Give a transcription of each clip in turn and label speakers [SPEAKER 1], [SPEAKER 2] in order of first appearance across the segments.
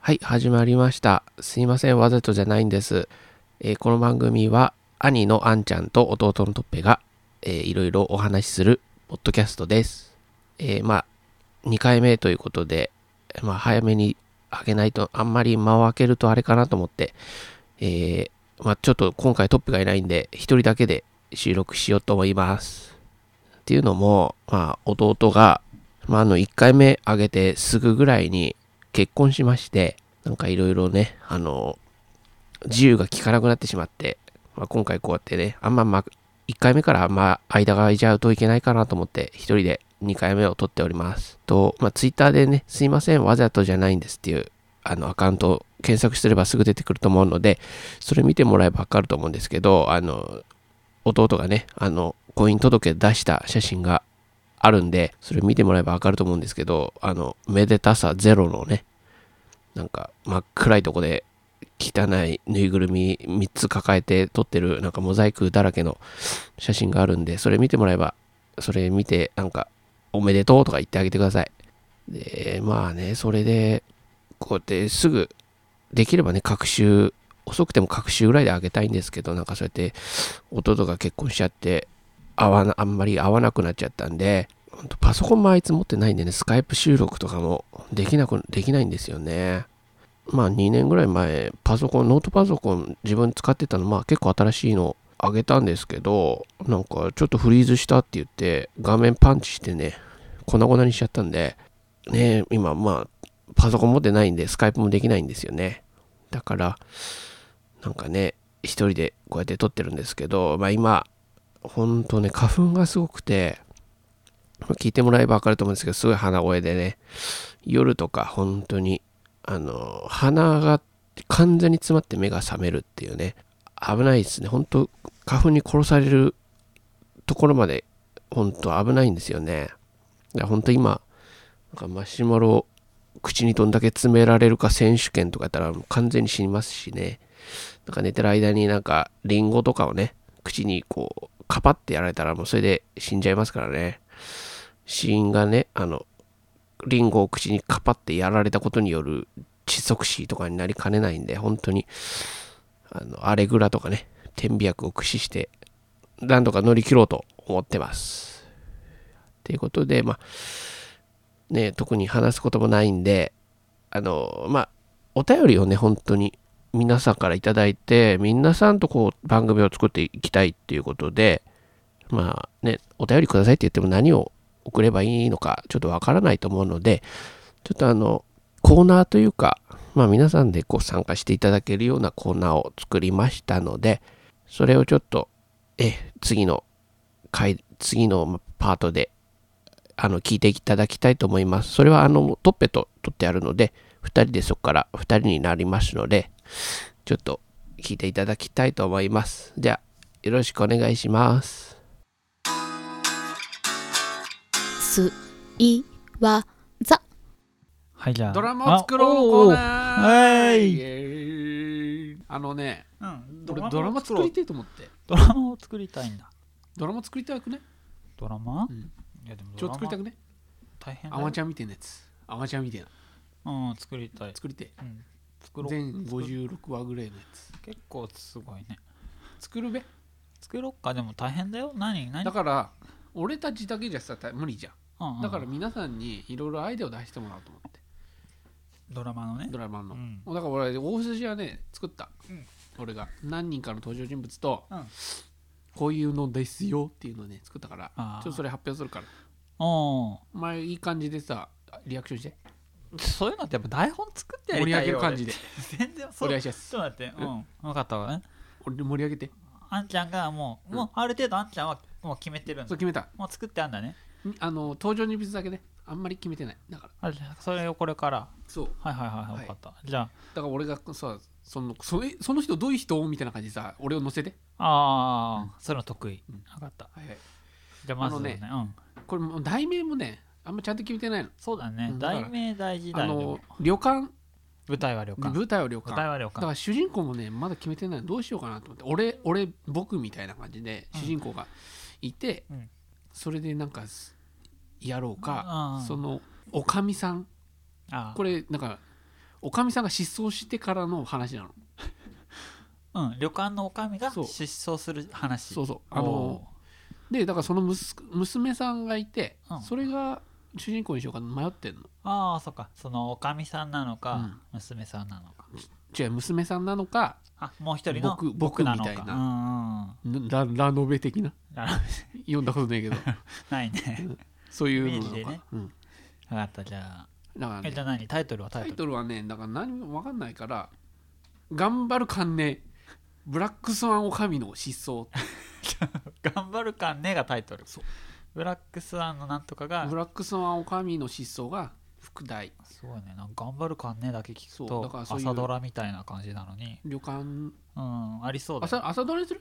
[SPEAKER 1] はい、始まりました。すいません、わざとじゃないんです。えーこの番組は、兄のあんちゃんと弟のトッペが、えーいろいろお話しする、ポッドキャストです。えーまあ、2回目ということで、まあ、早めにあげないと、あんまり間を空けるとあれかなと思って、えーまあ、ちょっと今回トップがいないんで、一人だけで収録しようと思います。っていうのも、まあ、弟が、まあ、あの、1回目あげてすぐぐらいに結婚しまして、なんかいろいろね、あの、自由が利かなくなってしまって、まあ、今回こうやってね、あんま、ま、1回目からあんま間が空いちゃうといけないかなと思って、一人で2回目を撮っております。と、まあ、ツイッターでね、すいません、わざとじゃないんですっていう、あの、アカウントを検索すればすぐ出てくると思うので、それ見てもらえばわかると思うんですけど、あの、弟がね、あの、婚姻届出した写真があるんで、それ見てもらえばわかると思うんですけど、あの、めでたさゼロのね、なんか真っ暗いとこで汚いぬいぐるみ3つ抱えて撮ってるなんかモザイクだらけの写真があるんで、それ見てもらえば、それ見てなんかおめでとうとか言ってあげてください。で、まあね、それで、こうやってすぐ、できればね、隔週、遅くても隔週ぐらいであげたいんですけど、なんかそうやって弟が結婚しちゃって、合わな、あんまり合わなくなっちゃったんで、ほんとパソコンもあいつ持ってないんでね、スカイプ収録とかもできなく、できないんですよね。まあ2年ぐらい前、パソコン、ノートパソコン自分使ってたの、まあ結構新しいのあげたんですけど、なんかちょっとフリーズしたって言って、画面パンチしてね、粉々にしちゃったんで、ね、今まあ、パソコン持ってないんで、スカイプもできないんですよね。だから、なんかね、一人でこうやって撮ってるんですけど、まあ今、ほんとね、花粉がすごくて、まあ聞いてもらえばわかると思うんですけど、すごい鼻声でね、夜とか本当に、あの、鼻が完全に詰まって目が覚めるっていうね、危ないですね。本当花粉に殺されるところまで、本当危ないんですよね。だから本当今、なんかマシュマロを口にどんだけ詰められるか選手権とかやったらもう完全に死にますしね。なんか寝てる間になんかリンゴとかをね、口にこうカパってやられたらもうそれで死んじゃいますからね。死因がね、あの、リンゴを口にカパってやられたことによる窒息死とかになりかねないんで、本当に、あの、アレグラとかね、点鼻薬を駆使して、なんとか乗り切ろうと思ってます。ということで、まあ、ね、特に話すこともないんで、あの、まあ、お便りをね、本当に皆さんからいただいて、皆さんとこう、番組を作っていきたいっていうことで、まあね、お便りくださいって言っても何を送ればいいのか、ちょっとわからないと思うので、ちょっとあの、コーナーというか、まあ皆さんでこう参加していただけるようなコーナーを作りましたので、それをちょっと、え、次の回、次のパートで、あの、聞いていただきたいと思います。それはあの、トッペと取ってあるので、二人でそこから二人になりますので、ちょっと聞いていただきたいと思います。じゃあ、よろしくお願いします。
[SPEAKER 2] すいわざ
[SPEAKER 3] はい、じゃあ。
[SPEAKER 4] ドラマを作ろうのコーナー
[SPEAKER 3] あおーはーい
[SPEAKER 4] イエーイあのね
[SPEAKER 3] あおーうん、ド
[SPEAKER 4] 俺
[SPEAKER 3] ラ
[SPEAKER 4] ドラ
[SPEAKER 3] マ
[SPEAKER 4] マ
[SPEAKER 3] を
[SPEAKER 4] 作
[SPEAKER 3] 作
[SPEAKER 4] り
[SPEAKER 3] り
[SPEAKER 4] たいと思って
[SPEAKER 3] ドラマを作りたいんだ。
[SPEAKER 4] ドラマ作りたくね
[SPEAKER 3] ドラマ、
[SPEAKER 4] うん
[SPEAKER 3] いや、でも
[SPEAKER 4] ちょ
[SPEAKER 3] ド
[SPEAKER 4] っと
[SPEAKER 3] ラ
[SPEAKER 4] 作り
[SPEAKER 3] マ
[SPEAKER 4] たくね
[SPEAKER 3] 大変だ
[SPEAKER 4] ア
[SPEAKER 3] よ
[SPEAKER 4] マちゃんみたいなやつアマちゃんみたいな
[SPEAKER 3] うん、作りたい。
[SPEAKER 4] 作りて
[SPEAKER 3] うん、作ろう。
[SPEAKER 4] 全56話ぐらいのやつ
[SPEAKER 3] 結構すごいね。
[SPEAKER 4] 作るべ
[SPEAKER 3] 作ろっか、でも大変だよ。何何
[SPEAKER 4] だから俺たちだけじゃさた無理じゃん
[SPEAKER 3] うんうん
[SPEAKER 4] だから皆さんにいろいろアイデアを出してもらおうと思って
[SPEAKER 3] ドラマのね
[SPEAKER 4] ド。ラマの、
[SPEAKER 3] うん
[SPEAKER 4] だから俺大筋はね作った、
[SPEAKER 3] うん
[SPEAKER 4] 俺が何人かの登場人物と、
[SPEAKER 3] うん
[SPEAKER 4] こういうのですよっていうのをね作ったからちょ
[SPEAKER 3] あー
[SPEAKER 4] っとそれ発表するから
[SPEAKER 3] おー
[SPEAKER 4] お前いい感じでさリアクションして
[SPEAKER 3] そういうのってやっぱ台本作ってや
[SPEAKER 4] 盛
[SPEAKER 3] り
[SPEAKER 4] り
[SPEAKER 3] た
[SPEAKER 4] 上
[SPEAKER 3] い
[SPEAKER 4] げ
[SPEAKER 3] よ
[SPEAKER 4] る感じで
[SPEAKER 3] 俺 全然そ
[SPEAKER 4] お
[SPEAKER 3] う
[SPEAKER 4] 願い
[SPEAKER 3] ち
[SPEAKER 4] しま
[SPEAKER 3] ょ
[SPEAKER 4] す
[SPEAKER 3] っと待って、うん、分かったわね。
[SPEAKER 4] 俺盛り上げて
[SPEAKER 3] あんちゃんがもう、もうある程度あんちゃんはもう決めてるん
[SPEAKER 4] そ
[SPEAKER 3] だ
[SPEAKER 4] う。決めた
[SPEAKER 3] もう作ってあんだね。
[SPEAKER 4] んあの登場人物だけねあんまり決めてないだから
[SPEAKER 3] あじゃあそれをこれから。
[SPEAKER 4] そう
[SPEAKER 3] はいはいはい、
[SPEAKER 4] はい
[SPEAKER 3] 分かった。じゃあ、
[SPEAKER 4] だから俺がさそのそえその人どういう人みたいな感じでさ俺を乗せて
[SPEAKER 3] ああ、それの得意。
[SPEAKER 4] うん
[SPEAKER 3] 分かった。
[SPEAKER 4] はいはい
[SPEAKER 3] じゃあまずはね
[SPEAKER 4] あ
[SPEAKER 3] うん、
[SPEAKER 4] これもう題名もねあんまちゃんと決めてないの
[SPEAKER 3] そうだね、
[SPEAKER 4] うんだから
[SPEAKER 3] 題名大事だ
[SPEAKER 4] あ
[SPEAKER 3] よ、で
[SPEAKER 4] の
[SPEAKER 3] も
[SPEAKER 4] 旅館
[SPEAKER 3] 舞台は旅館
[SPEAKER 4] 舞台は旅
[SPEAKER 3] 舞
[SPEAKER 4] 館
[SPEAKER 3] 台は旅
[SPEAKER 4] だか
[SPEAKER 3] 館
[SPEAKER 4] ら主人公もねまだ決めてないのどうしようかなと思って俺俺僕みたいな感じで
[SPEAKER 3] うん
[SPEAKER 4] 主人公がいて、
[SPEAKER 3] うん
[SPEAKER 4] それでなんかすやろうか、
[SPEAKER 3] うん
[SPEAKER 4] そのおかみさん
[SPEAKER 3] あ
[SPEAKER 4] これなんかおかみさんが失踪してからの話なの
[SPEAKER 3] うん、旅館の女将が
[SPEAKER 4] そう
[SPEAKER 3] 失踪する話
[SPEAKER 4] そうそうあのでだからその息子娘さんがいて、
[SPEAKER 3] うん
[SPEAKER 4] それが主人公にしようか迷ってんの
[SPEAKER 3] おーああそっかその女将さんなのか、
[SPEAKER 4] うん
[SPEAKER 3] 娘さんなのか
[SPEAKER 4] 違う娘さんなのか
[SPEAKER 3] あもう一人の
[SPEAKER 4] 僕僕
[SPEAKER 3] なのか
[SPEAKER 4] みたいな
[SPEAKER 3] な
[SPEAKER 4] ぬララノベ的な
[SPEAKER 3] うん、うん、
[SPEAKER 4] 読んだことないけど
[SPEAKER 3] ないね
[SPEAKER 4] そういうのなの
[SPEAKER 3] イメージ
[SPEAKER 4] か、
[SPEAKER 3] でね
[SPEAKER 4] うん、
[SPEAKER 3] 分かったじゃあ
[SPEAKER 4] だから、
[SPEAKER 3] えじゃ
[SPEAKER 4] ね、
[SPEAKER 3] あ何タイトルはタ
[SPEAKER 4] タ
[SPEAKER 3] イ
[SPEAKER 4] イ
[SPEAKER 3] トル
[SPEAKER 4] トルはねだから何も分かんないから「頑張るかんねブラックスワンおかみの失踪」
[SPEAKER 3] 頑張るかねがタイトル
[SPEAKER 4] そう
[SPEAKER 3] ブラックスワンのなんとかが
[SPEAKER 4] ブラックスワンおかみの失踪が副題
[SPEAKER 3] すごいねなんか頑張るかねだけ聞く
[SPEAKER 4] そう
[SPEAKER 3] と
[SPEAKER 4] だからそういう
[SPEAKER 3] 朝ドラみたいな感じなのに
[SPEAKER 4] 旅館
[SPEAKER 3] うんありそうだね、
[SPEAKER 4] 朝朝ドラにする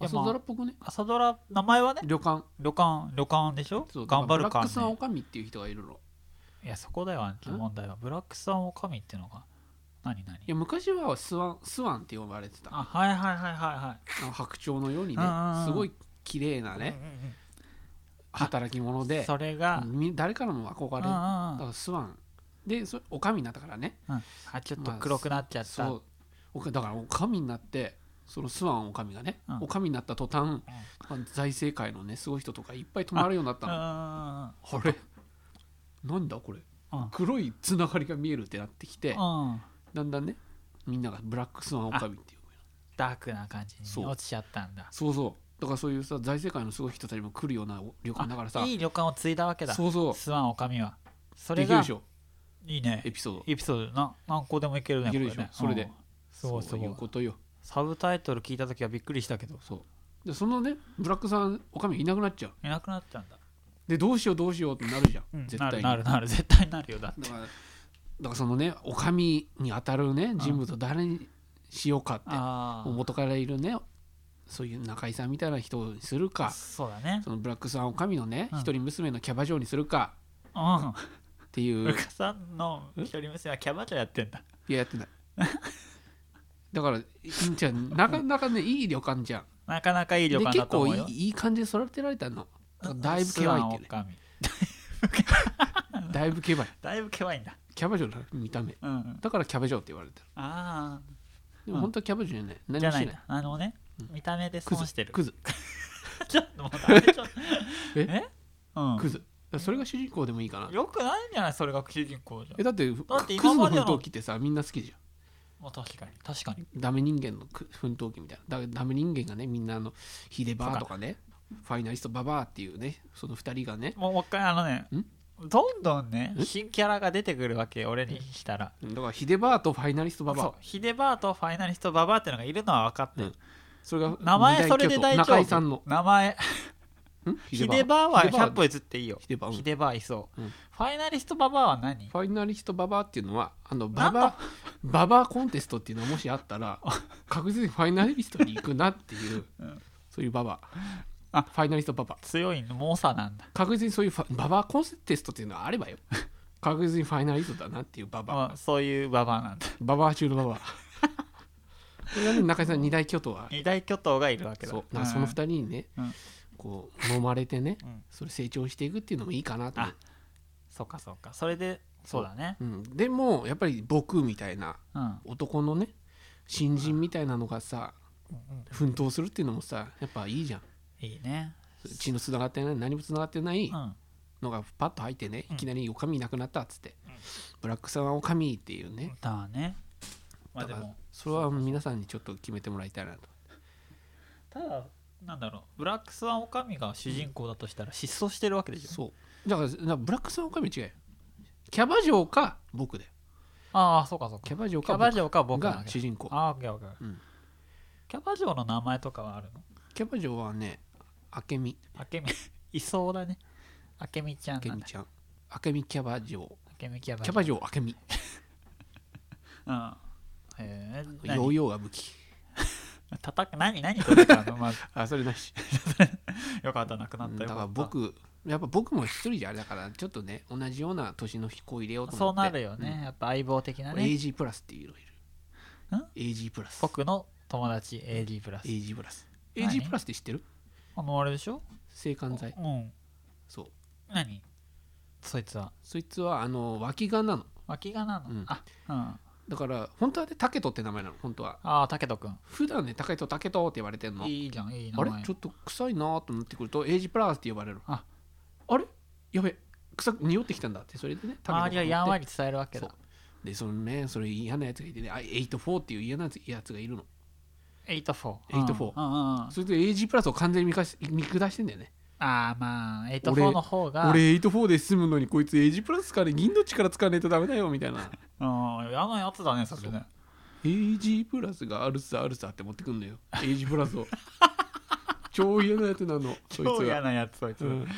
[SPEAKER 3] いや
[SPEAKER 4] 朝ドラっぽくね、
[SPEAKER 3] 朝ドラ名前はね
[SPEAKER 4] 旅館
[SPEAKER 3] 旅館旅館でしょ
[SPEAKER 4] そう
[SPEAKER 3] 頑張る
[SPEAKER 4] だか
[SPEAKER 3] か
[SPEAKER 4] らブラックスワンお
[SPEAKER 3] ね
[SPEAKER 4] かみっていう人がいるの
[SPEAKER 3] いやそこだよあんた
[SPEAKER 4] ん
[SPEAKER 3] 問題はブラックスワンおかみっていうのが何何
[SPEAKER 4] いや昔はスワンスワンって呼ばれてた
[SPEAKER 3] あはいはいはいはいはい
[SPEAKER 4] あの白鳥のようにね
[SPEAKER 3] うんうんうん
[SPEAKER 4] すごい綺麗な
[SPEAKER 3] う
[SPEAKER 4] ね
[SPEAKER 3] んうん
[SPEAKER 4] 働き者
[SPEAKER 3] うん
[SPEAKER 4] で
[SPEAKER 3] それが、
[SPEAKER 4] み誰からも憧れ
[SPEAKER 3] うんうん
[SPEAKER 4] だ
[SPEAKER 3] う
[SPEAKER 4] か
[SPEAKER 3] ん
[SPEAKER 4] らスワンでそれおかみになったからね
[SPEAKER 3] うんあちょっと黒くなっちゃった、
[SPEAKER 4] そうおかだからおかみになってそのスワンおかみがね、
[SPEAKER 3] うん
[SPEAKER 4] おかみになった途端、まあ財政界のねすごい人とかいっぱい泊まるようになったの
[SPEAKER 3] あ
[SPEAKER 4] あれなんだこれ
[SPEAKER 3] うんうんうん
[SPEAKER 4] 黒いつながりが見えるってなってきて
[SPEAKER 3] うんうん
[SPEAKER 4] だんだんねみんながブラックスワンオカミっていう
[SPEAKER 3] ダークな感じ
[SPEAKER 4] そ
[SPEAKER 3] に
[SPEAKER 4] う
[SPEAKER 3] 落ちちゃったんだ
[SPEAKER 4] そうそうだからそういうさ財政界のすごい人たちも来るような旅館だからさ
[SPEAKER 3] いい旅館を継いだわけだ
[SPEAKER 4] そうそう
[SPEAKER 3] スワンおかみはそれ
[SPEAKER 4] できる
[SPEAKER 3] が
[SPEAKER 4] でしょ
[SPEAKER 3] いいね
[SPEAKER 4] エピソード
[SPEAKER 3] エピソードな何個でもいけるね
[SPEAKER 4] いけるでしょ
[SPEAKER 3] こね
[SPEAKER 4] それで
[SPEAKER 3] うんすごいす
[SPEAKER 4] そう
[SPEAKER 3] ご
[SPEAKER 4] い
[SPEAKER 3] いう
[SPEAKER 4] ことよ
[SPEAKER 3] サブタイトル聞いた時はびっくりしたけど
[SPEAKER 4] そうでそのねブラックさんおかみいなくなっちゃう
[SPEAKER 3] いなくなっちゃうんだ、
[SPEAKER 4] でどうしようどうしようってなるじゃん、
[SPEAKER 3] うん、
[SPEAKER 4] 絶対に
[SPEAKER 3] なるなるなる絶対なるよだって
[SPEAKER 4] だからだからそのねおかみに当たるね人物を誰にしようかって
[SPEAKER 3] あ
[SPEAKER 4] もう元からいるねそういう中井さんみたいな人にする
[SPEAKER 3] あ
[SPEAKER 4] か
[SPEAKER 3] そうだね
[SPEAKER 4] そのブラックさんおかみのね
[SPEAKER 3] うん
[SPEAKER 4] 一人娘のキャバ嬢にするか
[SPEAKER 3] うん
[SPEAKER 4] っていう
[SPEAKER 3] ルカさんの一人娘はキャバ嬢やってんだ
[SPEAKER 4] いややってない だからいいじゃんなかなかねいい旅館じゃん
[SPEAKER 3] なかなかいい
[SPEAKER 4] で
[SPEAKER 3] 旅館だ
[SPEAKER 4] 結
[SPEAKER 3] と思
[SPEAKER 4] 構
[SPEAKER 3] うよ
[SPEAKER 4] いいいい感じで育てられたのだからだいぶケバいっていうね
[SPEAKER 3] スワン狼
[SPEAKER 4] だいぶケバい
[SPEAKER 3] だいぶケワいんだ
[SPEAKER 4] キャバ嬢だ見た目
[SPEAKER 3] うんうん
[SPEAKER 4] だからキャバ嬢って言われてる
[SPEAKER 3] あ
[SPEAKER 4] で
[SPEAKER 3] う
[SPEAKER 4] も
[SPEAKER 3] ん
[SPEAKER 4] 本当はキャバ嬢じゃない
[SPEAKER 3] あ
[SPEAKER 4] 何
[SPEAKER 3] じゃ
[SPEAKER 4] も
[SPEAKER 3] な
[SPEAKER 4] し
[SPEAKER 3] い
[SPEAKER 4] ない
[SPEAKER 3] なあのね見た目で
[SPEAKER 4] ク
[SPEAKER 3] 損して
[SPEAKER 4] ズ
[SPEAKER 3] る
[SPEAKER 4] クズ
[SPEAKER 3] ちょっともうダメちょっと
[SPEAKER 4] え
[SPEAKER 3] えうん
[SPEAKER 4] クズだからそれが主人公でもいいかな
[SPEAKER 3] よくないんじゃないそれが主人公じゃん
[SPEAKER 4] えだってク
[SPEAKER 3] だって
[SPEAKER 4] ク
[SPEAKER 3] 今
[SPEAKER 4] ズの
[SPEAKER 3] まで
[SPEAKER 4] 奮
[SPEAKER 3] の
[SPEAKER 4] 闘記ってさみんな好きじゃん
[SPEAKER 3] まあ確かに確かに
[SPEAKER 4] ダメ人間のく奮闘記みたいなだダメ人間がねみんなあのヒデバーとかねファイナリストババアっていうねその二人がね
[SPEAKER 3] もうもう一回あのねどんどんね新キャラが出てくるわけ俺にしたら
[SPEAKER 4] だからヒデバーとファイナリストババア
[SPEAKER 3] そうヒデバーとファイナリストババアってのがいるのは分かってる
[SPEAKER 4] それが
[SPEAKER 3] 名前それで大丈夫
[SPEAKER 4] 中井さんの
[SPEAKER 3] 名前
[SPEAKER 4] ん
[SPEAKER 3] ヒデバーは
[SPEAKER 4] ヒデバー
[SPEAKER 3] 100歩譲っていいよ
[SPEAKER 4] ヒデバーうん
[SPEAKER 3] ヒデバーいそう
[SPEAKER 4] うん
[SPEAKER 3] ファイナリストババアは何
[SPEAKER 4] ファイナリストババアっていうのはあの
[SPEAKER 3] な
[SPEAKER 4] バ
[SPEAKER 3] ん
[SPEAKER 4] バ
[SPEAKER 3] だ
[SPEAKER 4] アババアコンテストっていうのがもしあっ たら確実にファイナリストに行くなっていう、
[SPEAKER 3] ん
[SPEAKER 4] そういうババア
[SPEAKER 3] あ
[SPEAKER 4] ファイナリストババア
[SPEAKER 3] 強いの猛者なんだ
[SPEAKER 4] 確実にそういうファババアコンテストっていうのはあればよ確実にファイナリストだなっていうババア
[SPEAKER 3] まあそういうババアなんだ
[SPEAKER 4] ババア中 のババアこれがね中井さんの二大巨頭は
[SPEAKER 3] 二大巨頭がいるわけだ
[SPEAKER 4] そうだからその二人にね、
[SPEAKER 3] うん
[SPEAKER 4] こう揉まれてね、
[SPEAKER 3] うん
[SPEAKER 4] それ成長していくっていうのもいいかなと思う
[SPEAKER 3] あそうかそうかそれでそうだね
[SPEAKER 4] うん、でもやっぱり僕みたいな
[SPEAKER 3] うんうん
[SPEAKER 4] 男のね新人みたいなのがさ奮闘するっていうのもさやっぱいいじゃん
[SPEAKER 3] いいね
[SPEAKER 4] 血のつながってない何もつながってない
[SPEAKER 3] うん
[SPEAKER 4] のがパッと入ってね、
[SPEAKER 3] うん
[SPEAKER 4] いきなり「おかみいなくなった」っつって「ブラックさんはおかみ」っていうね、
[SPEAKER 3] だねまあ
[SPEAKER 4] だ
[SPEAKER 3] で
[SPEAKER 4] から
[SPEAKER 3] も
[SPEAKER 4] それは皆さんにちょっと決めてもらいたいなと
[SPEAKER 3] ただなんだろうブラックスワンオカミが主人公だとしたら失踪してるわけでしょ
[SPEAKER 4] そうだからだからブラックさんはおかみ違うよキャバ嬢か僕だよ
[SPEAKER 3] ああそうかそうか
[SPEAKER 4] キャバ嬢
[SPEAKER 3] キ
[SPEAKER 4] か
[SPEAKER 3] ャバ
[SPEAKER 4] 僕
[SPEAKER 3] 嬢か僕なわ
[SPEAKER 4] が
[SPEAKER 3] けだ
[SPEAKER 4] 主人公
[SPEAKER 3] あーオッケーオッケー
[SPEAKER 4] うん
[SPEAKER 3] キャバ嬢の名前とかはあるの
[SPEAKER 4] キャバ嬢はねあけみ
[SPEAKER 3] あけみいそうだねあけみちゃん
[SPEAKER 4] あけ
[SPEAKER 3] なん
[SPEAKER 4] み
[SPEAKER 3] だ
[SPEAKER 4] ちゃんあけみキャバ嬢
[SPEAKER 3] あけみキャバ
[SPEAKER 4] キャバ嬢あけみ
[SPEAKER 3] うんへえ
[SPEAKER 4] ヨーヨーが武器
[SPEAKER 3] 叩く何何取れ たのまず
[SPEAKER 4] あそれなし
[SPEAKER 3] よかったなくな
[SPEAKER 4] う
[SPEAKER 3] っ
[SPEAKER 4] ん
[SPEAKER 3] た
[SPEAKER 4] だ
[SPEAKER 3] よ
[SPEAKER 4] か
[SPEAKER 3] からった
[SPEAKER 4] 僕やっぱ僕も一人じゃあれだからちょっとね同じような年の飛行入れようと
[SPEAKER 3] そ
[SPEAKER 4] 思
[SPEAKER 3] う
[SPEAKER 4] って
[SPEAKER 3] なるよね、やっぱ相棒的
[SPEAKER 4] う、
[SPEAKER 3] なんね
[SPEAKER 4] AG プラスっていう色い
[SPEAKER 3] ん
[SPEAKER 4] る AG プラス
[SPEAKER 3] 僕の友達 AD プラス
[SPEAKER 4] AG プラス
[SPEAKER 3] 何
[SPEAKER 4] AG プラスって知ってる
[SPEAKER 3] あのあれでしょ
[SPEAKER 4] 性犯罪
[SPEAKER 3] うん
[SPEAKER 4] そう
[SPEAKER 3] 何そいつは
[SPEAKER 4] そいつはあの脇がなの
[SPEAKER 3] 脇がなの、
[SPEAKER 4] うん
[SPEAKER 3] あうんあ
[SPEAKER 4] だから本当はねタケトって名前なの本当は
[SPEAKER 3] あ武人君
[SPEAKER 4] 普段ねタケトタケトって言われてんの
[SPEAKER 3] いいじゃんいい名
[SPEAKER 4] あれ
[SPEAKER 3] 前
[SPEAKER 4] ちょっと臭いなーとなってくるとエイジプラースって呼ばれる
[SPEAKER 3] あ
[SPEAKER 4] あれやべ臭く匂ってきたんだってそれでねタケト
[SPEAKER 3] 周りはやんわり伝えるわけ
[SPEAKER 4] そう
[SPEAKER 3] だ
[SPEAKER 4] でそのねそれ嫌なやつがいてねあ84っていう嫌なやつやつがいるの
[SPEAKER 3] 84
[SPEAKER 4] 84
[SPEAKER 3] うんうんうんうん
[SPEAKER 4] それで AG プラスを完全に見かし見下してんだよね
[SPEAKER 3] ああまあ
[SPEAKER 4] 俺
[SPEAKER 3] 84の方が
[SPEAKER 4] 俺84で済むのにこいつ AG プラス使わね銀の力使わねえとダメだよみた いな
[SPEAKER 3] うん嫌なやつだねそれね
[SPEAKER 4] AG プラスがあるさあるさって持ってくんのよ AG プラ スを超嫌なやつなのそい
[SPEAKER 3] 超
[SPEAKER 4] つ
[SPEAKER 3] 嫌
[SPEAKER 4] が、
[SPEAKER 3] なやつそいつ、
[SPEAKER 4] うん、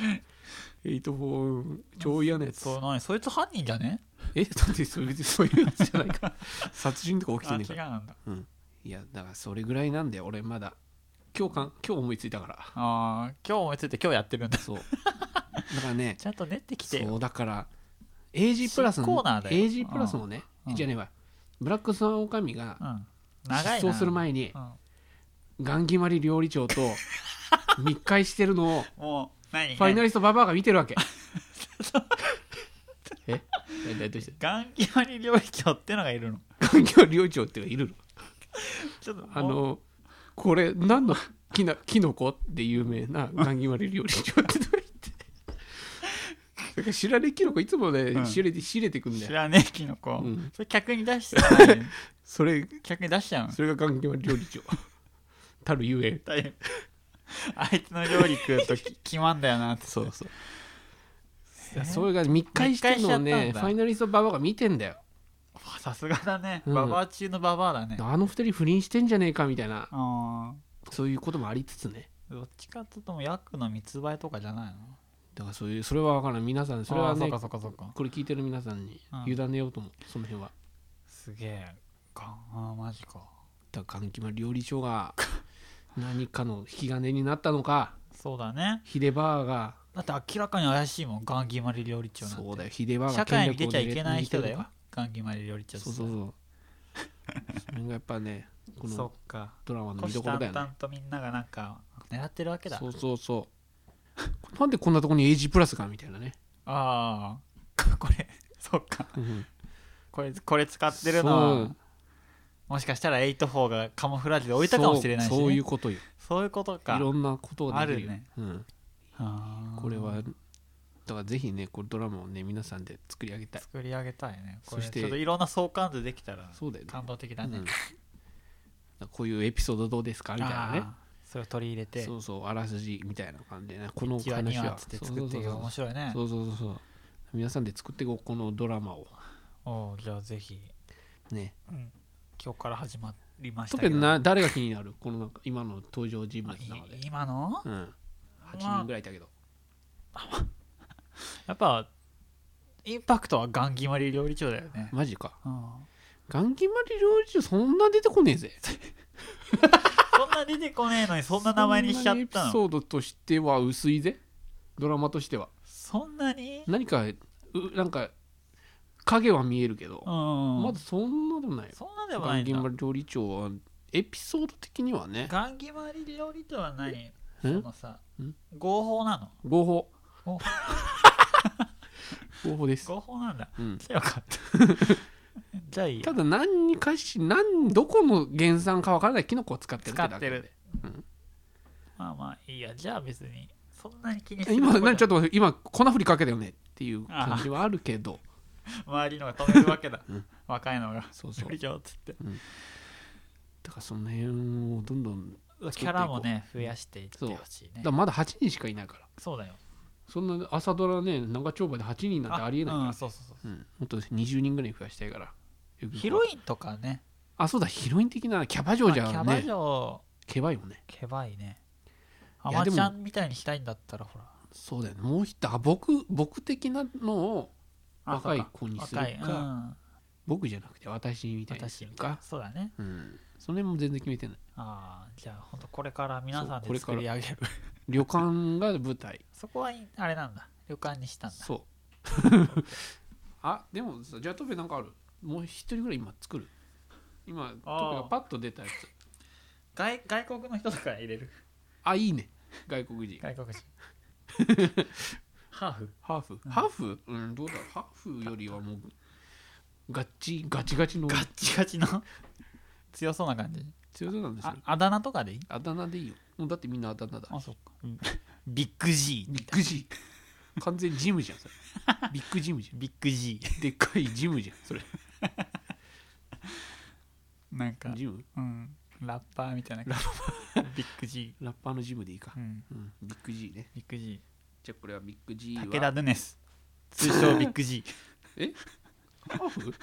[SPEAKER 4] 84うん超嫌なやつ
[SPEAKER 3] そうなにそいつ犯人じゃね
[SPEAKER 4] えだってそれ別にそういうやつじゃな いから殺人とか起き
[SPEAKER 3] あ
[SPEAKER 4] て
[SPEAKER 3] 違
[SPEAKER 4] ね
[SPEAKER 3] う
[SPEAKER 4] えから
[SPEAKER 3] なんだ
[SPEAKER 4] いやだからそれぐらいなんだよ俺まだ今日かん今日思いついたから
[SPEAKER 3] ああ今日思いついて今日やってるんだ
[SPEAKER 4] そうだからね
[SPEAKER 3] ちゃんと練ってきてよ
[SPEAKER 4] そうだから AG プラス
[SPEAKER 3] 新コ
[SPEAKER 4] の
[SPEAKER 3] ーナーだよ
[SPEAKER 4] AG プラスのね
[SPEAKER 3] うんうん
[SPEAKER 4] じゃねえわブラックスワンオカミが
[SPEAKER 3] うん長い
[SPEAKER 4] 失
[SPEAKER 3] な
[SPEAKER 4] 踪する前に
[SPEAKER 3] うん
[SPEAKER 4] ガン決まり料理 長と密会してるのを
[SPEAKER 3] もう何
[SPEAKER 4] ファイナ
[SPEAKER 3] リ
[SPEAKER 4] リストババアが見て るわけえだどうして
[SPEAKER 3] ガンキマリ領域ってのがいるの
[SPEAKER 4] ガン決まり料理長っていうのがいるの
[SPEAKER 3] ちょっと
[SPEAKER 4] あのこれ何のきなキノコで有名なガンギマリ料理長ってどう 言ってだから知られキノコいつもね、
[SPEAKER 3] ん
[SPEAKER 4] 仕入れて仕入れてくんだ
[SPEAKER 3] 知
[SPEAKER 4] よ
[SPEAKER 3] らねえキノコ、
[SPEAKER 4] うん
[SPEAKER 3] それ客に出して ない
[SPEAKER 4] それ
[SPEAKER 3] 客に出しちゃうの
[SPEAKER 4] それがガンギマリ 料理長たるゆえん
[SPEAKER 3] 大変あいつの料理食うとき決まんだよなって
[SPEAKER 4] そうそう
[SPEAKER 3] えー
[SPEAKER 4] それが密会してるのを
[SPEAKER 3] 密会しちゃ
[SPEAKER 4] ね
[SPEAKER 3] ったんだ
[SPEAKER 4] ファイナリストババアが見てんだよ
[SPEAKER 3] さすがだね、
[SPEAKER 4] うん
[SPEAKER 3] ババア中のババアだね
[SPEAKER 4] あの二人不倫してんじゃねえかみたいな
[SPEAKER 3] あ
[SPEAKER 4] そういうこともありつつね
[SPEAKER 3] ーどっちかっていうともうヤクの密売とかじゃないの
[SPEAKER 4] だからそういうそれは分からん皆さんそれは
[SPEAKER 3] あーそ
[SPEAKER 4] ね
[SPEAKER 3] っかそっかそっか
[SPEAKER 4] これ聞いてる皆さんに
[SPEAKER 3] うん
[SPEAKER 4] 委ねようと思う、その辺は
[SPEAKER 3] すげえかあーマジか
[SPEAKER 4] だから関木村料理長が何かの引き金になったのか
[SPEAKER 3] そうだね
[SPEAKER 4] ヒデバーが
[SPEAKER 3] だって明らかに怪しいもんガンギマリ料理長なんて
[SPEAKER 4] そうだよヒデバーが
[SPEAKER 3] 社会に出ちゃいけない人だ
[SPEAKER 4] 権
[SPEAKER 3] よ
[SPEAKER 4] 力を握って
[SPEAKER 3] ガンギマリ料理長っ
[SPEAKER 4] る
[SPEAKER 3] て
[SPEAKER 4] そうそうそうそれがやっぱねこ
[SPEAKER 3] そっ
[SPEAKER 4] の
[SPEAKER 3] か
[SPEAKER 4] ドラマの見
[SPEAKER 3] 虎視
[SPEAKER 4] どころだ
[SPEAKER 3] 眈
[SPEAKER 4] よね
[SPEAKER 3] 々とみんながなんか狙ってるわけだ
[SPEAKER 4] そうそうそう なんでこんなとこに AG プラスがみたいなね、
[SPEAKER 3] ああ これそっかこれこれ使ってるの
[SPEAKER 4] そ
[SPEAKER 3] は
[SPEAKER 4] う
[SPEAKER 3] もしかしたら8がカモフラージュで置いたかもしれないし、ね、
[SPEAKER 4] そうそういう
[SPEAKER 3] そういう
[SPEAKER 4] ことよ
[SPEAKER 3] こと
[SPEAKER 4] い
[SPEAKER 3] か
[SPEAKER 4] ろんなことができるよ
[SPEAKER 3] あるね
[SPEAKER 4] うん、
[SPEAKER 3] あー
[SPEAKER 4] これはだからぜひねこれドラマをね皆さんで作り上げたい
[SPEAKER 3] 作り上げたいねこれ
[SPEAKER 4] そして
[SPEAKER 3] ちょっといろんな相関図できたら
[SPEAKER 4] そうだよね
[SPEAKER 3] 感動的だね、
[SPEAKER 4] うんだからこういうエピソードどうですかみたいなね
[SPEAKER 3] あーそれを取り入れて
[SPEAKER 4] そうそうあらすじみたいな感じでねこの
[SPEAKER 3] 1話
[SPEAKER 4] 話
[SPEAKER 3] 2話
[SPEAKER 4] は
[SPEAKER 3] っつって作っていけば面白いね
[SPEAKER 4] そうそうそうそうそうそう皆さんで作っていこうこのドラマを
[SPEAKER 3] おうじゃあぜひ、
[SPEAKER 4] ね
[SPEAKER 3] うん今日から始まりました
[SPEAKER 4] 特
[SPEAKER 3] けど
[SPEAKER 4] にな誰が気になるこのなんか今の登場人物の中で
[SPEAKER 3] い今の
[SPEAKER 4] うん8
[SPEAKER 3] まあ
[SPEAKER 4] 人ぐらいいたけど
[SPEAKER 3] やっぱインパクトはガン決まり料理長だよね、
[SPEAKER 4] マジか
[SPEAKER 3] うん、
[SPEAKER 4] ガンキマリ料理長そんな出てこねえぜ
[SPEAKER 3] そんな出てこねえのにそんな名前にしちゃっ
[SPEAKER 4] そんな
[SPEAKER 3] た
[SPEAKER 4] エピ
[SPEAKER 3] の
[SPEAKER 4] ソードとしては薄いぜドラマとしては
[SPEAKER 3] そんなに
[SPEAKER 4] 何かうなんか影は見えるけど
[SPEAKER 3] う、ん
[SPEAKER 4] まずそんなでもないよ
[SPEAKER 3] そんなでも
[SPEAKER 4] ガ
[SPEAKER 3] ない
[SPEAKER 4] ンキ
[SPEAKER 3] ん
[SPEAKER 4] マ
[SPEAKER 3] だ
[SPEAKER 4] リ料理長はエピソード的にはね
[SPEAKER 3] ガン決まり料理長は何そのさ
[SPEAKER 4] ん
[SPEAKER 3] 合法なの
[SPEAKER 4] 合法
[SPEAKER 3] 合法
[SPEAKER 4] 合法です、
[SPEAKER 3] 合法なんだ
[SPEAKER 4] うん、
[SPEAKER 3] じゃあよかった じゃあいいや
[SPEAKER 4] ただ何にかし何どこの原産かわからないキノコを使ってる
[SPEAKER 3] 使
[SPEAKER 4] だ
[SPEAKER 3] っ
[SPEAKER 4] け
[SPEAKER 3] て
[SPEAKER 4] で
[SPEAKER 3] るまあまあいいやじゃあ別にそんなに気にする
[SPEAKER 4] 今
[SPEAKER 3] こと
[SPEAKER 4] 何ちょっと待って今粉振りかけたよねっていう
[SPEAKER 3] あー
[SPEAKER 4] 感じはあるけど
[SPEAKER 3] 周りのが止めるわけだ、
[SPEAKER 4] うん
[SPEAKER 3] 若いのが
[SPEAKER 4] そうそう
[SPEAKER 3] 料理長っつって
[SPEAKER 4] だからその辺をどんどんっていこう
[SPEAKER 3] キャラもね増やしていってほしい
[SPEAKER 4] だ
[SPEAKER 3] ね
[SPEAKER 4] からまだ8人しかいないから
[SPEAKER 3] そうだよ
[SPEAKER 4] そんな朝ドラね長丁場で8人なんてありえないか
[SPEAKER 3] うん
[SPEAKER 4] ら
[SPEAKER 3] そうそうそう
[SPEAKER 4] うん、もっと20人ぐらい増やしたいから
[SPEAKER 3] ヒ
[SPEAKER 4] い
[SPEAKER 3] ロインとかね
[SPEAKER 4] あそうだヒロイン的なキャバ嬢じ
[SPEAKER 3] まあキ
[SPEAKER 4] ゃ
[SPEAKER 3] ャ
[SPEAKER 4] ん
[SPEAKER 3] バ
[SPEAKER 4] ね
[SPEAKER 3] 嬢
[SPEAKER 4] ケバいよね
[SPEAKER 3] けばいね
[SPEAKER 4] い
[SPEAKER 3] ア
[SPEAKER 4] や
[SPEAKER 3] マ
[SPEAKER 4] でも
[SPEAKER 3] ちゃんみたいにしたいんだったらほら
[SPEAKER 4] そうだよねもう一だから僕僕的なのを
[SPEAKER 3] あ
[SPEAKER 4] 若い
[SPEAKER 3] そうか
[SPEAKER 4] 子にする
[SPEAKER 3] 若い、う
[SPEAKER 4] か
[SPEAKER 3] ん、
[SPEAKER 4] 僕じゃなくて私みたいにす
[SPEAKER 3] 私
[SPEAKER 4] るか
[SPEAKER 3] そうだね
[SPEAKER 4] うんその辺も全然決めてない
[SPEAKER 3] ああじゃあ本当これから皆さん
[SPEAKER 4] そうこ
[SPEAKER 3] で
[SPEAKER 4] れか
[SPEAKER 3] 作
[SPEAKER 4] ら
[SPEAKER 3] り上げる
[SPEAKER 4] 旅館が舞台
[SPEAKER 3] そこはいあれなんだ旅館にしたんだ
[SPEAKER 4] そうあでもさじゃあトペなんかあるもう一人ぐらい今作る今トペがパッと出たやつ
[SPEAKER 3] 外外国の人とか入れる
[SPEAKER 4] あいいね外国人
[SPEAKER 3] 外国人ハーフ
[SPEAKER 4] ハーフハーフうんどうだろうハーフよりはもうガッチガチガチの
[SPEAKER 3] ガッチガチの 強そうな感じ
[SPEAKER 4] 強そうなんですよ
[SPEAKER 3] ああだ名とかでいい
[SPEAKER 4] あだ名でいいよもうだってみんなあだ名だ
[SPEAKER 3] あそっかビッグ G
[SPEAKER 4] ビッグ G 完全ジムじゃん それビッグジムじゃ
[SPEAKER 3] ビッグ G
[SPEAKER 4] んでっかいジムじゃんそれ
[SPEAKER 3] なんか
[SPEAKER 4] ジム
[SPEAKER 3] うんラッパーみたいなラッパービッグ G
[SPEAKER 4] ラッパーのジムでいいか
[SPEAKER 3] う、ん
[SPEAKER 4] うん、ビッグ G ね
[SPEAKER 3] ビッグ G
[SPEAKER 4] じゃあこれはビッグ G は
[SPEAKER 3] 武田ルネ ス通称ビッグ G
[SPEAKER 4] ハーフ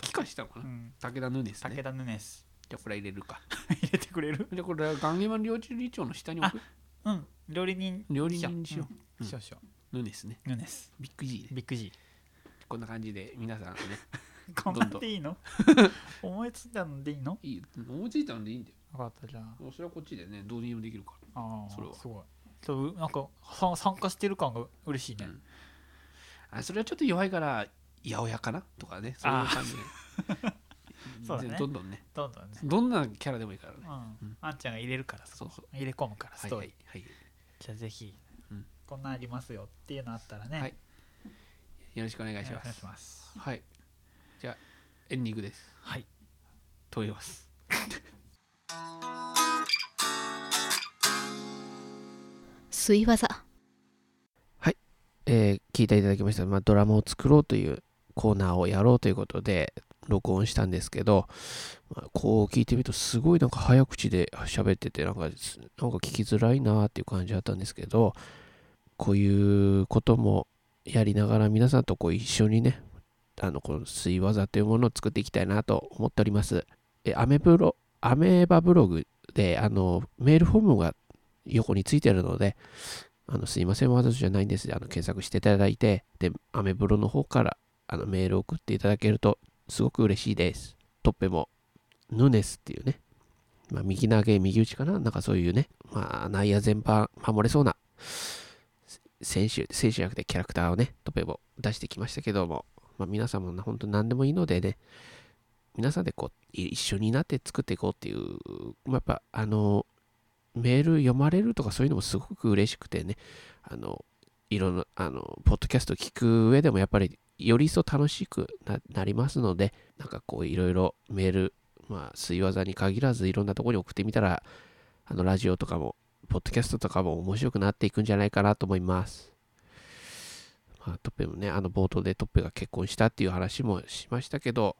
[SPEAKER 4] 帰化したのか
[SPEAKER 3] う
[SPEAKER 4] な、
[SPEAKER 3] ん
[SPEAKER 4] 武田ヌネスね
[SPEAKER 3] 武田ルネス
[SPEAKER 4] じゃあこれ入れるか
[SPEAKER 3] 入れてくれる
[SPEAKER 4] じゃあこれはガンゲマン領事理長の下に置く
[SPEAKER 3] うん料理人
[SPEAKER 4] 料理人にしよ
[SPEAKER 3] うん少々
[SPEAKER 4] う、ヌネスね
[SPEAKER 3] ルネス
[SPEAKER 4] ビッグ G ね
[SPEAKER 3] ビッグ G
[SPEAKER 4] こんな感じで皆さんね
[SPEAKER 3] こんなんでいいの思いついたのでいいの
[SPEAKER 4] いい思いついたのでいいんだよ
[SPEAKER 3] 分かったじゃあ
[SPEAKER 4] もうそれはこっちでねどうにもできるから
[SPEAKER 3] ああ
[SPEAKER 4] それは
[SPEAKER 3] すごいちょっとなんかさ参加してる感が嬉しいね、
[SPEAKER 4] うんあそれはちょっと弱いから八百屋かなとかねそういう感じで
[SPEAKER 3] そうだね
[SPEAKER 4] どんどんね
[SPEAKER 3] どんどんね、
[SPEAKER 4] どんなキャラでもいいから
[SPEAKER 3] う
[SPEAKER 4] ね
[SPEAKER 3] んあんちゃんが入れるから
[SPEAKER 4] そうそう
[SPEAKER 3] 入れ込むからス
[SPEAKER 4] はい
[SPEAKER 3] トー
[SPEAKER 4] は
[SPEAKER 3] リー、
[SPEAKER 4] いはい
[SPEAKER 3] じゃあぜひ、
[SPEAKER 4] うん
[SPEAKER 3] こんなんありますよっていうのあったらね、
[SPEAKER 4] はいよろしくお願
[SPEAKER 3] お願
[SPEAKER 4] い
[SPEAKER 3] い
[SPEAKER 4] し
[SPEAKER 3] しま
[SPEAKER 4] ますすはいじゃあエンディングです
[SPEAKER 3] はい
[SPEAKER 4] 問います
[SPEAKER 2] すいわざ。
[SPEAKER 1] えー聞いていただきました、まあ、ドラマを作ろうというコーナーをやろうということで録音したんですけど、まあこう聞いてみるとすごいなんか早口で喋っててなんかすなんか聞きづらいなっていう感じだったんですけどこういうこともやりながら皆さんとこう一緒にねあのこの水技というものを作っていきたいなと思っております。えアメブロアメーバブログであのメールフォームが横についてるのであのすいません、私じゃないんです。あの検索していただいて、で、アメブロの方からあのメールを送っていただけると、すごく嬉しいです。トッペも、ヌネスっていうね、まあ、右投げ、右打ちかな、なんかそういうね、まあ、内野全般守れそうな、選手、選手じゃなくてキャラクターをね、トッペも出してきましたけども、まあ、皆さんもな本当何でもいいのでね、皆さんでこう、い一緒になって作っていこうっていう、まあ、やっぱ、あの、メール読まれるとかそういうのもすごく嬉しくてね、あの、いろんな、あの、ポッドキャスト聞く上でもやっぱり、より一層楽しくななりますので、なんかこう、いろいろメール、まあ、水技に限らず、いろんなところに送ってみたら、あの、ラジオとかも、ポッドキャストとかも面白くなっていくんじゃないかなと思います。まあ、トッペもね、あの、冒頭でトッペが結婚したっていう話もしましたけど、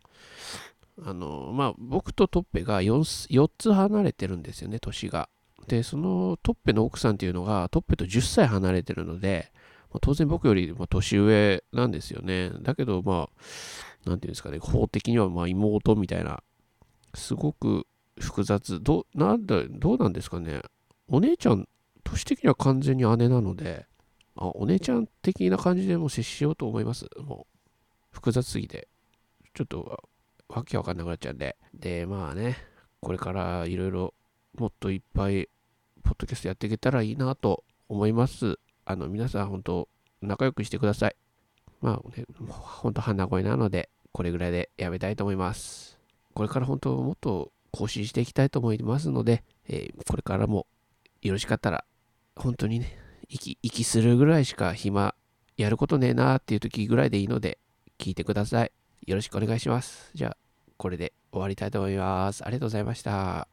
[SPEAKER 1] あの、まあ、僕とトッペが 4, 4つ離れてるんですよね、年が。でそのトッペの奥さんっていうのがトッペと10歳離れてるので、まあ当然僕よりまあ年上なんですよねだけどまあなんていうんですかね法的にはまあ妹みたいなすごく複雑どうなんだどうなんですかねお姉ちゃん年的には完全に姉なので、まあ、お姉ちゃん的な感じでもう接しようと思いますもう複雑すぎてちょっとわわけわかんなくなっちゃうんででまあねこれからいろいろもっといっぱいポッドキャストやっていけたらいいなと思います。あの、皆さん本当、仲良くしてください。まあ、ね、もう本当、鼻声なので、これぐらいでやめたいと思います。これから本当、もっと更新していきたいと思いますので、えーこれからもよろしかったら、本当にね、息、息するぐらいしか暇、やることねえなーっていう時ぐらいでいいので、聞いてください。よろしくお願いします。じゃあ、これで終わりたいと思います。ありがとうございました。